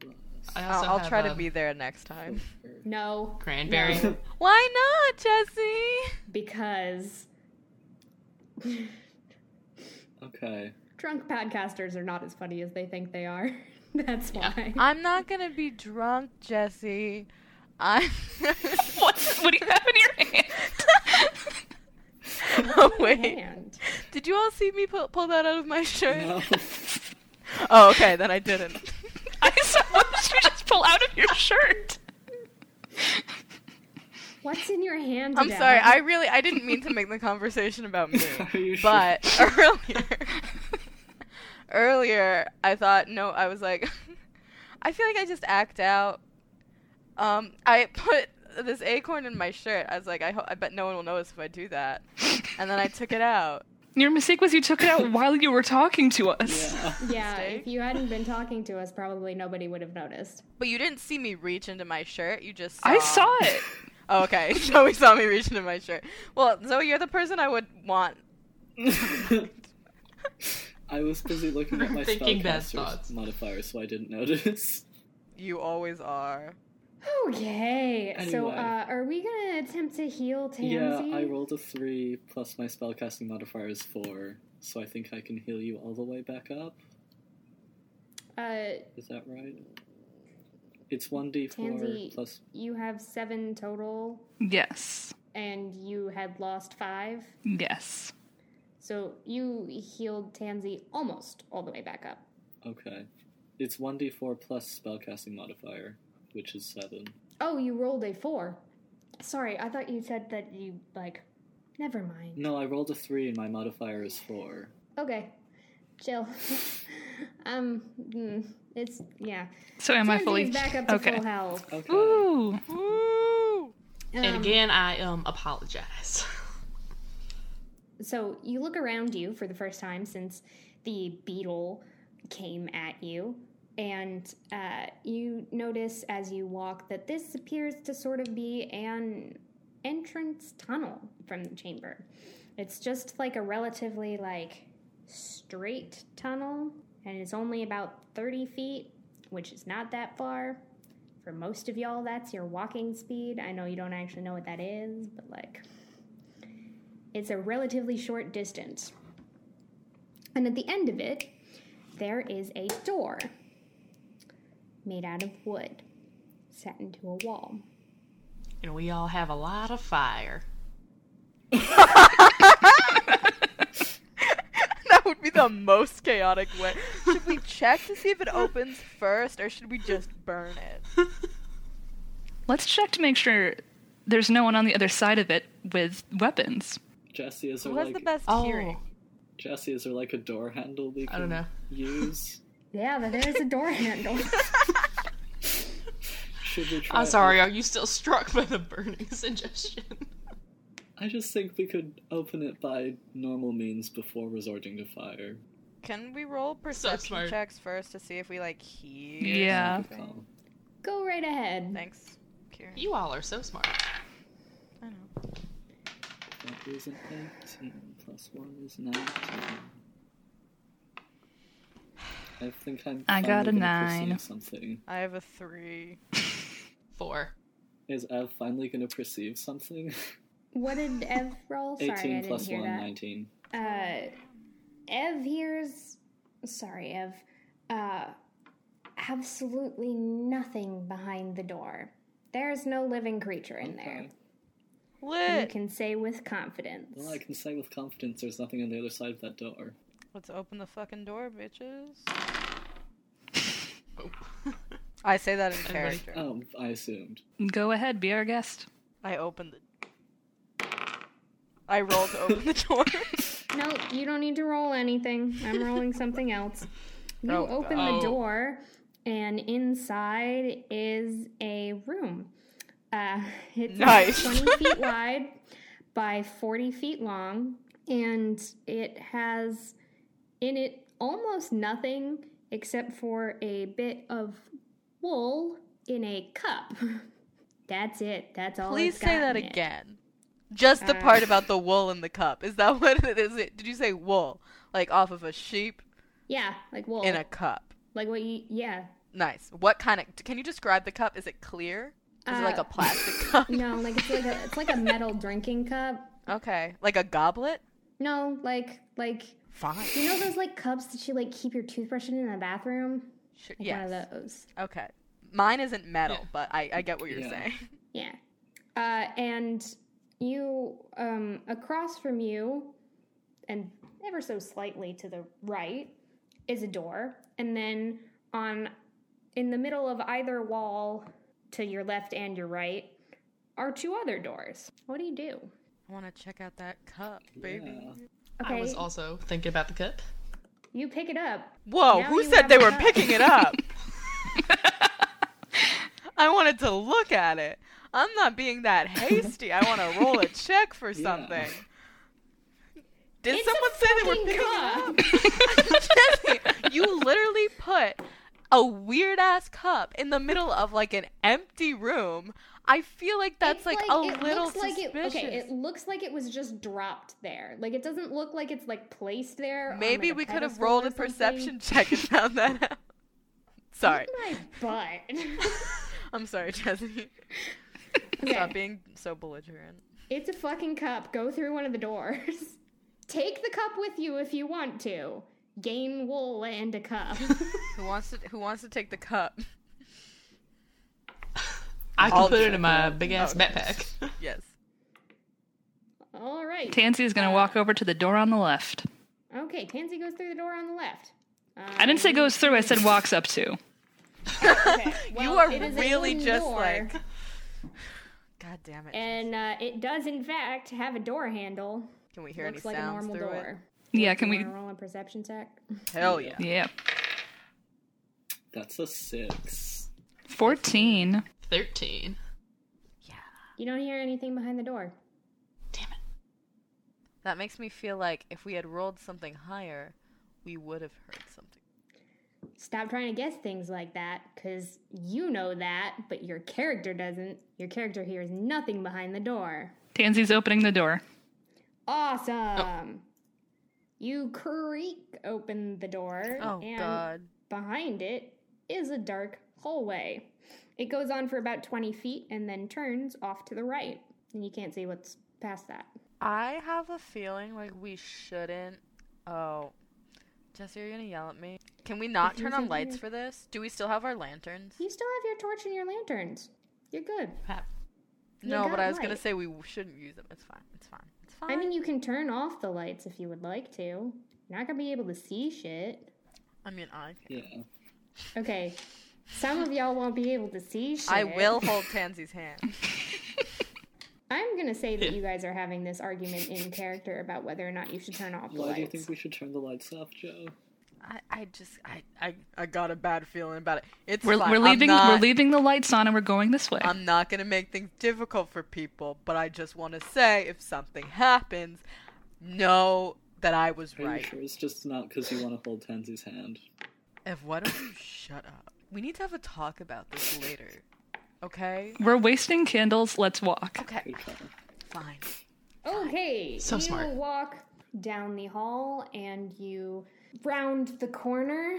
[SPEAKER 5] plus-
[SPEAKER 4] I
[SPEAKER 3] I'll,
[SPEAKER 4] also
[SPEAKER 3] I'll
[SPEAKER 4] have
[SPEAKER 3] try to
[SPEAKER 4] um,
[SPEAKER 3] be there next time.
[SPEAKER 7] No.
[SPEAKER 4] cranberry.
[SPEAKER 7] No,
[SPEAKER 3] Why not, Jessie?
[SPEAKER 7] because
[SPEAKER 5] Okay.
[SPEAKER 7] drunk podcasters are not as funny as they think they are. That's why.
[SPEAKER 3] I'm not gonna be drunk, Jessie. I'm.
[SPEAKER 2] What? What do you have in your hand?
[SPEAKER 3] oh wait!
[SPEAKER 7] And
[SPEAKER 3] Did you all see me pull, pull that out of my shirt?
[SPEAKER 5] No.
[SPEAKER 3] Oh, okay, then I didn't.
[SPEAKER 2] I saw what did you just pull out of your shirt?
[SPEAKER 7] what's in your hand?
[SPEAKER 3] I'm
[SPEAKER 7] Adele?
[SPEAKER 3] sorry. I really I didn't mean to make the conversation about me.
[SPEAKER 5] Are you sure?
[SPEAKER 3] but earlier earlier I thought no, I was like I feel like I just act out. Um I put this acorn in my shirt. I was like I ho- I bet no one will notice if I do that. And then I took it out.
[SPEAKER 2] Your mistake was you took it out while you were talking to us.
[SPEAKER 5] Yeah.
[SPEAKER 7] Yeah,
[SPEAKER 3] mistake.
[SPEAKER 7] if you hadn't been talking to us, probably nobody would have noticed.
[SPEAKER 3] But you didn't see me reach into my shirt. You just saw
[SPEAKER 2] I saw it.
[SPEAKER 3] Oh, okay. Zoe saw me reach into my shirt. Well, Zoe, you're the person I would want
[SPEAKER 5] I was busy looking at my
[SPEAKER 4] Thinking bad thoughts.
[SPEAKER 5] spellcaster's modifier, so I didn't notice.
[SPEAKER 3] you always are.
[SPEAKER 7] Okay, Oh, so
[SPEAKER 5] Anyway.
[SPEAKER 7] uh, are we gonna attempt to heal Tansy?
[SPEAKER 5] Yeah, I rolled a three plus my spellcasting modifier is four, so I think I can heal you all the way back up.
[SPEAKER 7] Uh,
[SPEAKER 5] Is that right? It's one d four
[SPEAKER 7] Tansy.
[SPEAKER 5] plus.
[SPEAKER 7] you have seven total,
[SPEAKER 2] Yes.
[SPEAKER 7] and you had lost five,
[SPEAKER 2] Yes.
[SPEAKER 7] so you healed Tansy almost all the way back up.
[SPEAKER 5] Okay, it's one d four plus spellcasting modifier, which is seven.
[SPEAKER 7] Oh, you rolled a four. Sorry, I thought you said that you like. Never mind.
[SPEAKER 5] No, I rolled a three, and my modifier is four.
[SPEAKER 7] Okay, chill. um, mm, it's yeah.
[SPEAKER 2] So am I
[SPEAKER 7] Tansy
[SPEAKER 2] fully
[SPEAKER 7] is back up to
[SPEAKER 2] okay?
[SPEAKER 7] full health.
[SPEAKER 5] Okay.
[SPEAKER 2] Ooh.
[SPEAKER 3] Woo!
[SPEAKER 4] and
[SPEAKER 7] Um,
[SPEAKER 4] again, I um apologize.
[SPEAKER 7] So you look around you for the first time since the beetle came at you, and uh, you notice as you walk that this appears to sort of be an entrance tunnel from the chamber. It's just like a relatively like straight tunnel, and it's only about thirty feet, which is not that far. For most of y'all, that's your walking speed. I know you don't actually know what that is, but like it's a relatively short distance. And at the end of it, there is a door made out of wood set into a wall.
[SPEAKER 4] and we all have a lot of fire.
[SPEAKER 3] That would be be the most chaotic way. Should we check to see if it opens first, or should we just burn it?
[SPEAKER 2] Let's check to make sure there's no one on the other side of it with weapons.
[SPEAKER 5] Jesse, is there
[SPEAKER 3] Who has
[SPEAKER 5] like
[SPEAKER 3] the best
[SPEAKER 4] Oh.
[SPEAKER 3] hearing?
[SPEAKER 5] Jesse, is there like a door handle we can
[SPEAKER 4] I don't know.
[SPEAKER 5] use?
[SPEAKER 7] Yeah, but there's a door handle.
[SPEAKER 5] Should we try?
[SPEAKER 4] I'm sorry, are you still struck by the burning suggestion?
[SPEAKER 5] I just think we could open it by normal means before resorting to fire.
[SPEAKER 3] Can we roll perception
[SPEAKER 4] smart.
[SPEAKER 3] checks first to see if we like hear?
[SPEAKER 2] Yeah.
[SPEAKER 5] Good call.
[SPEAKER 7] Go right ahead.
[SPEAKER 3] Thanks, Kieran.
[SPEAKER 4] You all are so smart.
[SPEAKER 3] I know.
[SPEAKER 5] That is an 18, plus 1 is 19. I think I'm.
[SPEAKER 2] I got
[SPEAKER 5] finally
[SPEAKER 2] a
[SPEAKER 5] gonna perceive
[SPEAKER 2] nine.
[SPEAKER 5] Something
[SPEAKER 3] I have a three.
[SPEAKER 4] Four.
[SPEAKER 5] is Ev finally going to perceive something?
[SPEAKER 7] What did Ev roll? Sorry, I
[SPEAKER 5] 18
[SPEAKER 7] didn't
[SPEAKER 5] plus
[SPEAKER 7] hear
[SPEAKER 5] 1,
[SPEAKER 7] that.
[SPEAKER 5] 19.
[SPEAKER 7] Uh, Ev hears. Sorry, Ev. Uh, absolutely nothing behind the door. There's no living creature in
[SPEAKER 5] Okay.
[SPEAKER 7] there. You
[SPEAKER 3] Lit.
[SPEAKER 7] can say with confidence.
[SPEAKER 5] Well, I can say with confidence there's nothing on the other side of that door.
[SPEAKER 3] Let's open the fucking door, bitches.
[SPEAKER 4] Oh.
[SPEAKER 3] I say that in
[SPEAKER 4] Anybody?
[SPEAKER 3] character.
[SPEAKER 5] Oh, I assumed.
[SPEAKER 2] Go ahead, be our guest.
[SPEAKER 3] I open the. I roll to open the door.
[SPEAKER 7] No, you don't need to roll anything. I'm rolling something else. You
[SPEAKER 3] Oh,
[SPEAKER 7] open
[SPEAKER 4] God.
[SPEAKER 7] the door, and inside is a room. Uh, it's
[SPEAKER 3] Nice.
[SPEAKER 7] 20 feet wide by 40 feet long, and it has in it almost nothing except for a bit of wool in a cup. That's it. That's all.
[SPEAKER 3] Please
[SPEAKER 7] Oh, it's
[SPEAKER 3] say
[SPEAKER 7] got
[SPEAKER 3] that
[SPEAKER 7] in it.
[SPEAKER 3] again. Just the
[SPEAKER 7] Uh,
[SPEAKER 3] part about the wool in the cup. Is that what it is? Did you say wool? Like off of a sheep
[SPEAKER 7] Yeah, like wool.
[SPEAKER 3] in a cup.
[SPEAKER 7] like what you? Yeah,
[SPEAKER 3] Nice. What kind of. Can you describe the cup? Is it clear? Is it like
[SPEAKER 7] Uh,
[SPEAKER 3] a plastic cup?
[SPEAKER 7] No, like it's like a it's like a metal drinking cup.
[SPEAKER 3] Okay. Like a goblet?
[SPEAKER 7] No, like like
[SPEAKER 3] Fine.
[SPEAKER 7] you know those like cups that you like keep your toothbrush in in the bathroom.
[SPEAKER 3] Sh-
[SPEAKER 7] Like
[SPEAKER 3] yes.
[SPEAKER 7] one of those.
[SPEAKER 3] Okay. Mine isn't metal,
[SPEAKER 4] Yeah.
[SPEAKER 3] but I, I get what you're
[SPEAKER 5] Yeah.
[SPEAKER 3] saying.
[SPEAKER 7] Yeah. Uh, and you um, across from you, and ever so slightly to the right, is a door, and then on in the middle of either wall to your left and your right are two other doors. What do you do?
[SPEAKER 3] I want to check out that cup, baby.
[SPEAKER 5] Yeah.
[SPEAKER 4] I was also thinking about the cup.
[SPEAKER 7] you pick it up.
[SPEAKER 3] Whoa,
[SPEAKER 7] Now
[SPEAKER 3] who
[SPEAKER 7] you
[SPEAKER 3] said
[SPEAKER 7] have
[SPEAKER 3] they
[SPEAKER 7] a
[SPEAKER 3] were
[SPEAKER 7] cup.
[SPEAKER 3] picking it up? I wanted to look at it. I'm not being that hasty. I want to roll a check for
[SPEAKER 5] Yeah.
[SPEAKER 3] something. Did
[SPEAKER 7] It's a
[SPEAKER 3] someone say they were
[SPEAKER 7] fucking
[SPEAKER 3] picking
[SPEAKER 7] cup.
[SPEAKER 3] it up? Jesse, you literally put a weird ass cup in the middle of like an empty room. I feel like that's
[SPEAKER 7] It's
[SPEAKER 3] like, a
[SPEAKER 7] it
[SPEAKER 3] little
[SPEAKER 7] looks like
[SPEAKER 3] suspicious.
[SPEAKER 7] it, okay it looks like it was just dropped there like it doesn't look like it's like placed there on,
[SPEAKER 3] Maybe
[SPEAKER 7] like,
[SPEAKER 3] we could have
[SPEAKER 7] pedestal
[SPEAKER 3] rolled
[SPEAKER 7] or
[SPEAKER 3] a
[SPEAKER 7] something.
[SPEAKER 3] perception check and found that out. Sorry.
[SPEAKER 7] my butt
[SPEAKER 3] I'm sorry, Jesse. Stop
[SPEAKER 7] okay.
[SPEAKER 3] being so belligerent.
[SPEAKER 7] it's a fucking cup go through one of the doors take the cup with you if you want to gain wool and a cup
[SPEAKER 3] Who wants to who wants to take the cup?
[SPEAKER 4] I can
[SPEAKER 3] I'll
[SPEAKER 4] put it
[SPEAKER 3] check
[SPEAKER 4] in my
[SPEAKER 3] out.
[SPEAKER 4] big ass
[SPEAKER 3] Okay.
[SPEAKER 4] backpack.
[SPEAKER 3] Oh, Yes.
[SPEAKER 7] all right
[SPEAKER 2] Tansy is going to walk over to the door on the left.
[SPEAKER 7] okay tansy goes through the door on the left Um,
[SPEAKER 2] I didn't say goes through, I said walks up to.
[SPEAKER 3] you
[SPEAKER 7] well,
[SPEAKER 3] are
[SPEAKER 7] it is a
[SPEAKER 3] really
[SPEAKER 7] wooden
[SPEAKER 3] just
[SPEAKER 7] door.
[SPEAKER 3] like God damn it.
[SPEAKER 7] and uh, it does in fact have a door handle
[SPEAKER 3] Can we hear any
[SPEAKER 7] looks like a
[SPEAKER 3] sounds
[SPEAKER 7] normal
[SPEAKER 3] through it?
[SPEAKER 7] door
[SPEAKER 2] Yeah, can
[SPEAKER 7] Wanna
[SPEAKER 2] we?
[SPEAKER 7] roll a perception check
[SPEAKER 3] Hell yeah.
[SPEAKER 2] Yeah.
[SPEAKER 5] That's a 6.
[SPEAKER 2] 14.
[SPEAKER 4] Thirteen.
[SPEAKER 7] You don't hear anything behind the door.
[SPEAKER 4] Damn it.
[SPEAKER 3] That makes me feel like if we had rolled something higher, we would have heard something.
[SPEAKER 7] Stop trying to guess things like that, because you know that, but your character doesn't. Your character hears nothing behind the door.
[SPEAKER 2] Tansy's opening the door.
[SPEAKER 7] Awesome! You creak open the door,
[SPEAKER 3] Oh
[SPEAKER 7] and
[SPEAKER 3] god.
[SPEAKER 7] behind it is a dark hallway. It goes on for about 20 feet and then turns off to the right, and you can't see what's past that.
[SPEAKER 3] I have a feeling like we shouldn't. Oh, Jesse, you're gonna yell at me. Can we not
[SPEAKER 7] you
[SPEAKER 3] turn on
[SPEAKER 7] think
[SPEAKER 3] lights
[SPEAKER 7] you're-
[SPEAKER 3] for this? Do we still have our lanterns?
[SPEAKER 7] You still have your torch and your lanterns. You're good.
[SPEAKER 4] Pap.
[SPEAKER 3] No,
[SPEAKER 7] got
[SPEAKER 3] but I was gonna
[SPEAKER 7] light.
[SPEAKER 3] say we w- shouldn't use them. It's fine. It's fine. It's fine.
[SPEAKER 7] I mean, you can turn off the lights if you would like to. You're not gonna be able to see shit.
[SPEAKER 3] I mean, I.
[SPEAKER 5] Yeah.
[SPEAKER 7] Okay, some of y'all won't be able to see shit.
[SPEAKER 3] I will hold Tansy's hand.
[SPEAKER 7] I'm gonna say that you guys are having this argument in character about whether or not you should turn off the
[SPEAKER 5] Why do you
[SPEAKER 7] lights.
[SPEAKER 5] think we should turn the lights off, Joe?
[SPEAKER 3] I, I just I, I I got a bad feeling about it. It's
[SPEAKER 2] We're,
[SPEAKER 3] fine.
[SPEAKER 2] we're leaving.
[SPEAKER 3] I'm not,
[SPEAKER 2] We're leaving the lights on, and we're going this way.
[SPEAKER 3] I'm not gonna make things difficult for people, but I just want to say if something happens, know that I was
[SPEAKER 5] Are you
[SPEAKER 3] right.
[SPEAKER 5] sure it's just not because you want to hold Tansy's hand?
[SPEAKER 3] Ev, why don't you shut up? We need to have a talk about this later, okay?
[SPEAKER 2] We're wasting candles. Let's walk.
[SPEAKER 3] Okay,
[SPEAKER 5] Good call.
[SPEAKER 3] fine.
[SPEAKER 7] Okay.
[SPEAKER 4] So
[SPEAKER 7] you
[SPEAKER 4] smart.
[SPEAKER 7] walk down the hall and you round the corner,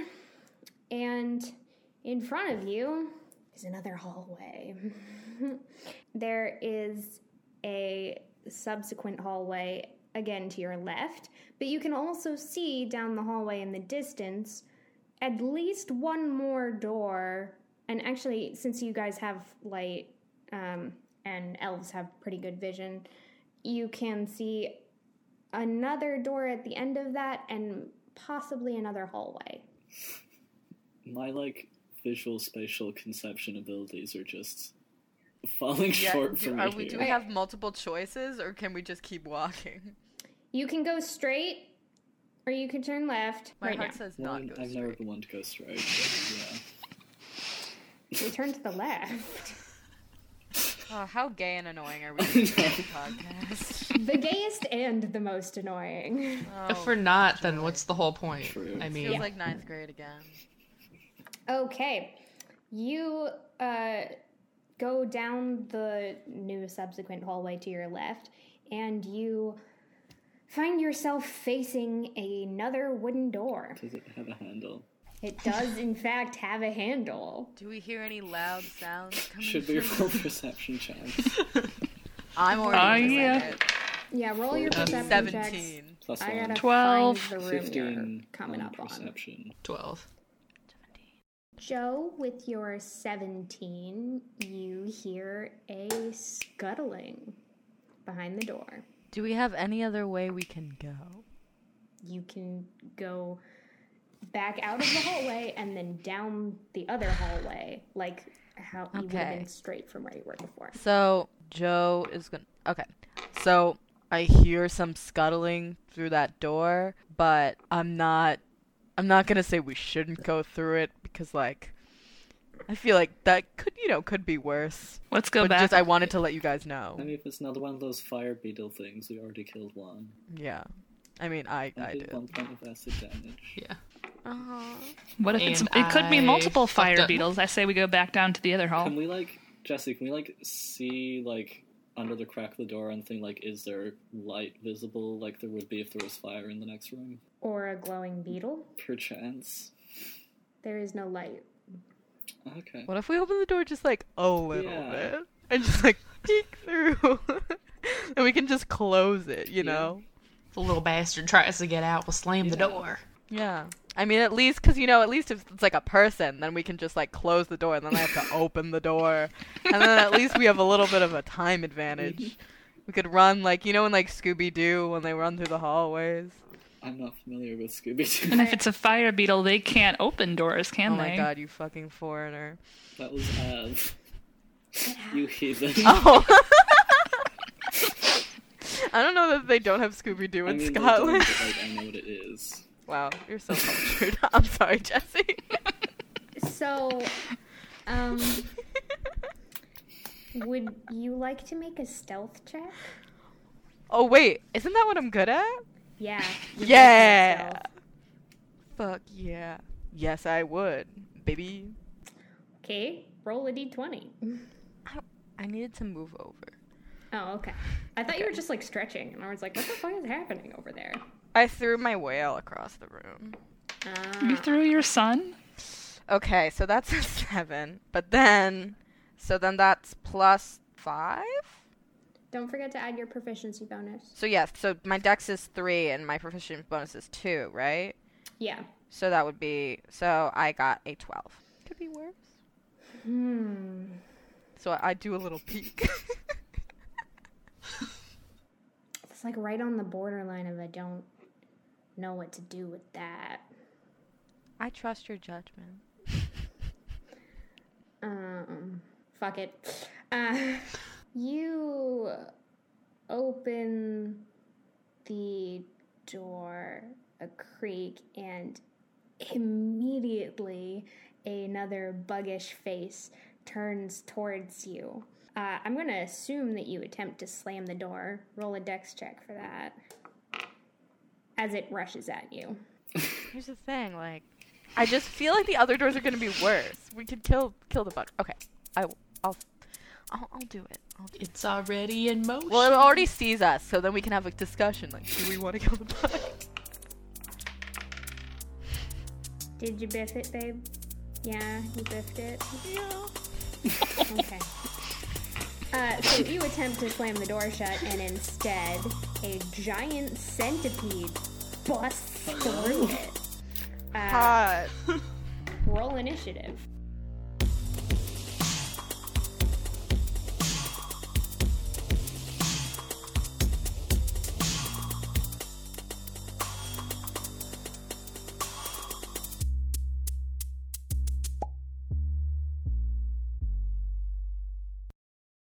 [SPEAKER 7] and in front of you is another hallway. there is a subsequent hallway again to your left, but you can also see down the hallway in the distance at least one more door. And actually, since you guys have light um, and elves have pretty good vision, you can see another door at the end of that and possibly another hallway.
[SPEAKER 5] My like visual spatial conception abilities are just falling
[SPEAKER 3] Yeah,
[SPEAKER 5] short
[SPEAKER 3] do,
[SPEAKER 5] from
[SPEAKER 3] are
[SPEAKER 5] here.
[SPEAKER 3] we, do we have multiple choices, or can we just keep walking?
[SPEAKER 7] You can go straight or you can turn left
[SPEAKER 3] My
[SPEAKER 7] right
[SPEAKER 3] heart
[SPEAKER 7] now.
[SPEAKER 3] says
[SPEAKER 5] Well,
[SPEAKER 3] not
[SPEAKER 5] I'm-
[SPEAKER 3] go
[SPEAKER 5] I've never
[SPEAKER 3] straight.
[SPEAKER 5] been one to go straight. but yeah.
[SPEAKER 7] You turn to the left.
[SPEAKER 3] Oh, how gay and annoying are we doing this podcast?
[SPEAKER 7] the gayest and the most annoying.
[SPEAKER 4] If we're not, then what's the whole point?
[SPEAKER 5] True.
[SPEAKER 4] I mean,
[SPEAKER 3] Feels like ninth grade again.
[SPEAKER 7] Okay. You uh, go down the new subsequent hallway to your left, and you find yourself facing another wooden door.
[SPEAKER 5] Does it have a handle?
[SPEAKER 7] It does, in fact, have a handle.
[SPEAKER 3] Do we hear any loud sounds coming?
[SPEAKER 5] Should we roll perception checks?
[SPEAKER 3] I'm
[SPEAKER 2] Oh,
[SPEAKER 3] already losing
[SPEAKER 2] yeah.
[SPEAKER 3] it.
[SPEAKER 7] Yeah, roll your perception checks.
[SPEAKER 3] Seventeen.
[SPEAKER 5] Plus
[SPEAKER 7] I
[SPEAKER 5] one.
[SPEAKER 7] gotta
[SPEAKER 2] 12,
[SPEAKER 7] find the room
[SPEAKER 5] 15
[SPEAKER 7] you're coming
[SPEAKER 5] on
[SPEAKER 7] up on.
[SPEAKER 5] perception.
[SPEAKER 4] 12.
[SPEAKER 7] Joe, with your 17, you hear a scuttling behind the door.
[SPEAKER 3] Do we have any other way we can go?
[SPEAKER 7] You can go back out of the hallway and then down the other hallway, like how you would have
[SPEAKER 3] Okay.
[SPEAKER 7] been straight from where you were before.
[SPEAKER 3] So Joe is gonna. Okay. So I hear some scuttling through that door, but I'm not. I'm not gonna say we shouldn't go through it because, like, I feel like that could, you know, could be worse.
[SPEAKER 2] Let's go
[SPEAKER 3] but
[SPEAKER 2] back.
[SPEAKER 3] just I wanted to let you guys know.
[SPEAKER 5] I mean, if it's another one of those fire beetle things, we already killed one.
[SPEAKER 3] Yeah. I mean, I
[SPEAKER 5] I,
[SPEAKER 3] I
[SPEAKER 5] did,
[SPEAKER 3] did.
[SPEAKER 5] one point of acid damage.
[SPEAKER 4] Yeah.
[SPEAKER 2] what if it's?
[SPEAKER 4] And
[SPEAKER 2] It could be
[SPEAKER 4] I
[SPEAKER 2] multiple
[SPEAKER 4] fucked
[SPEAKER 2] fire
[SPEAKER 4] up.
[SPEAKER 2] beetles. I say we go back down to the other hall.
[SPEAKER 5] Can we like, Jesse? Can we like see like under the crack of the door and think like, is there light visible like there would be if there was fire in the next room?
[SPEAKER 7] Or a glowing beetle.
[SPEAKER 5] Perchance.
[SPEAKER 7] There is no light.
[SPEAKER 5] Okay.
[SPEAKER 3] What if we open the door just like a little
[SPEAKER 5] Yeah.
[SPEAKER 3] bit and just like peek through, and we can just close it, you know?
[SPEAKER 4] The little bastard tries to get out, we'll slam the door.
[SPEAKER 3] Yeah. I mean, at least because you know, at least if it's like a person, then we can just like close the door, and then I have to open the door, and then at least we have a little bit of a time advantage. We could run like you know in like Scooby Doo when they run through the hallways.
[SPEAKER 5] I'm not familiar with Scooby
[SPEAKER 2] And
[SPEAKER 5] Doo.
[SPEAKER 2] if it's a fire beetle, they can't open doors, can
[SPEAKER 3] Oh
[SPEAKER 2] they?
[SPEAKER 3] my god, you fucking foreigner!
[SPEAKER 5] that was Av. you heathen.
[SPEAKER 3] Oh. I don't know that they don't have Scooby Doo
[SPEAKER 5] I
[SPEAKER 3] in
[SPEAKER 5] mean, they don't,
[SPEAKER 3] Scotland.
[SPEAKER 5] but, like, I know what it is.
[SPEAKER 3] Wow, you're so cultured. I'm sorry, Jesse.
[SPEAKER 7] So, um, would you like to make a stealth check?
[SPEAKER 3] oh wait, isn't that what I'm good at?
[SPEAKER 7] Yeah. you can make a
[SPEAKER 3] Yeah.
[SPEAKER 7] stealth.
[SPEAKER 3] Fuck yeah. Yes, I would, baby.
[SPEAKER 7] Okay, roll a d20.
[SPEAKER 3] I, I needed to move over.
[SPEAKER 7] Oh, okay. I thought you were just like stretching, and I was like, what the fuck is happening over there?
[SPEAKER 3] I threw my whale across the room.
[SPEAKER 2] You
[SPEAKER 7] Ah,
[SPEAKER 2] threw your son.
[SPEAKER 3] Okay, so that's a seven. But then, so then that's plus five.
[SPEAKER 7] don't forget to add your proficiency bonus.
[SPEAKER 3] So yes, so my dex is three and my proficiency bonus is two, right?
[SPEAKER 7] Yeah.
[SPEAKER 3] So that would be. So I got a twelve. Could be worse.
[SPEAKER 7] Hmm.
[SPEAKER 3] So I, I do a little peek.
[SPEAKER 7] It's like right on the borderline of I don't know what to do with that.
[SPEAKER 3] I trust your judgment.
[SPEAKER 7] Um, fuck it. Uh, you open the door a creak and immediately another buggish face turns towards you. Uh, I'm going to assume that you attempt to slam the door. Roll a dex check for that as it rushes at you.
[SPEAKER 3] Here's the thing, like, I just feel like the other doors are gonna be worse. We could kill kill the bug. Okay, I will. I'll I'll, I'll do it. I'll do it.
[SPEAKER 4] It's already in motion.
[SPEAKER 3] Well, it already sees us, so then we can have a discussion. Like, do we want to kill the bug?
[SPEAKER 7] Did you biff it, babe? Yeah, you biffed it.
[SPEAKER 3] Yeah.
[SPEAKER 7] Okay. Uh, so you attempt to slam the door shut, and instead, a giant centipede busts through it. Uh,
[SPEAKER 3] Hot.
[SPEAKER 7] roll initiative.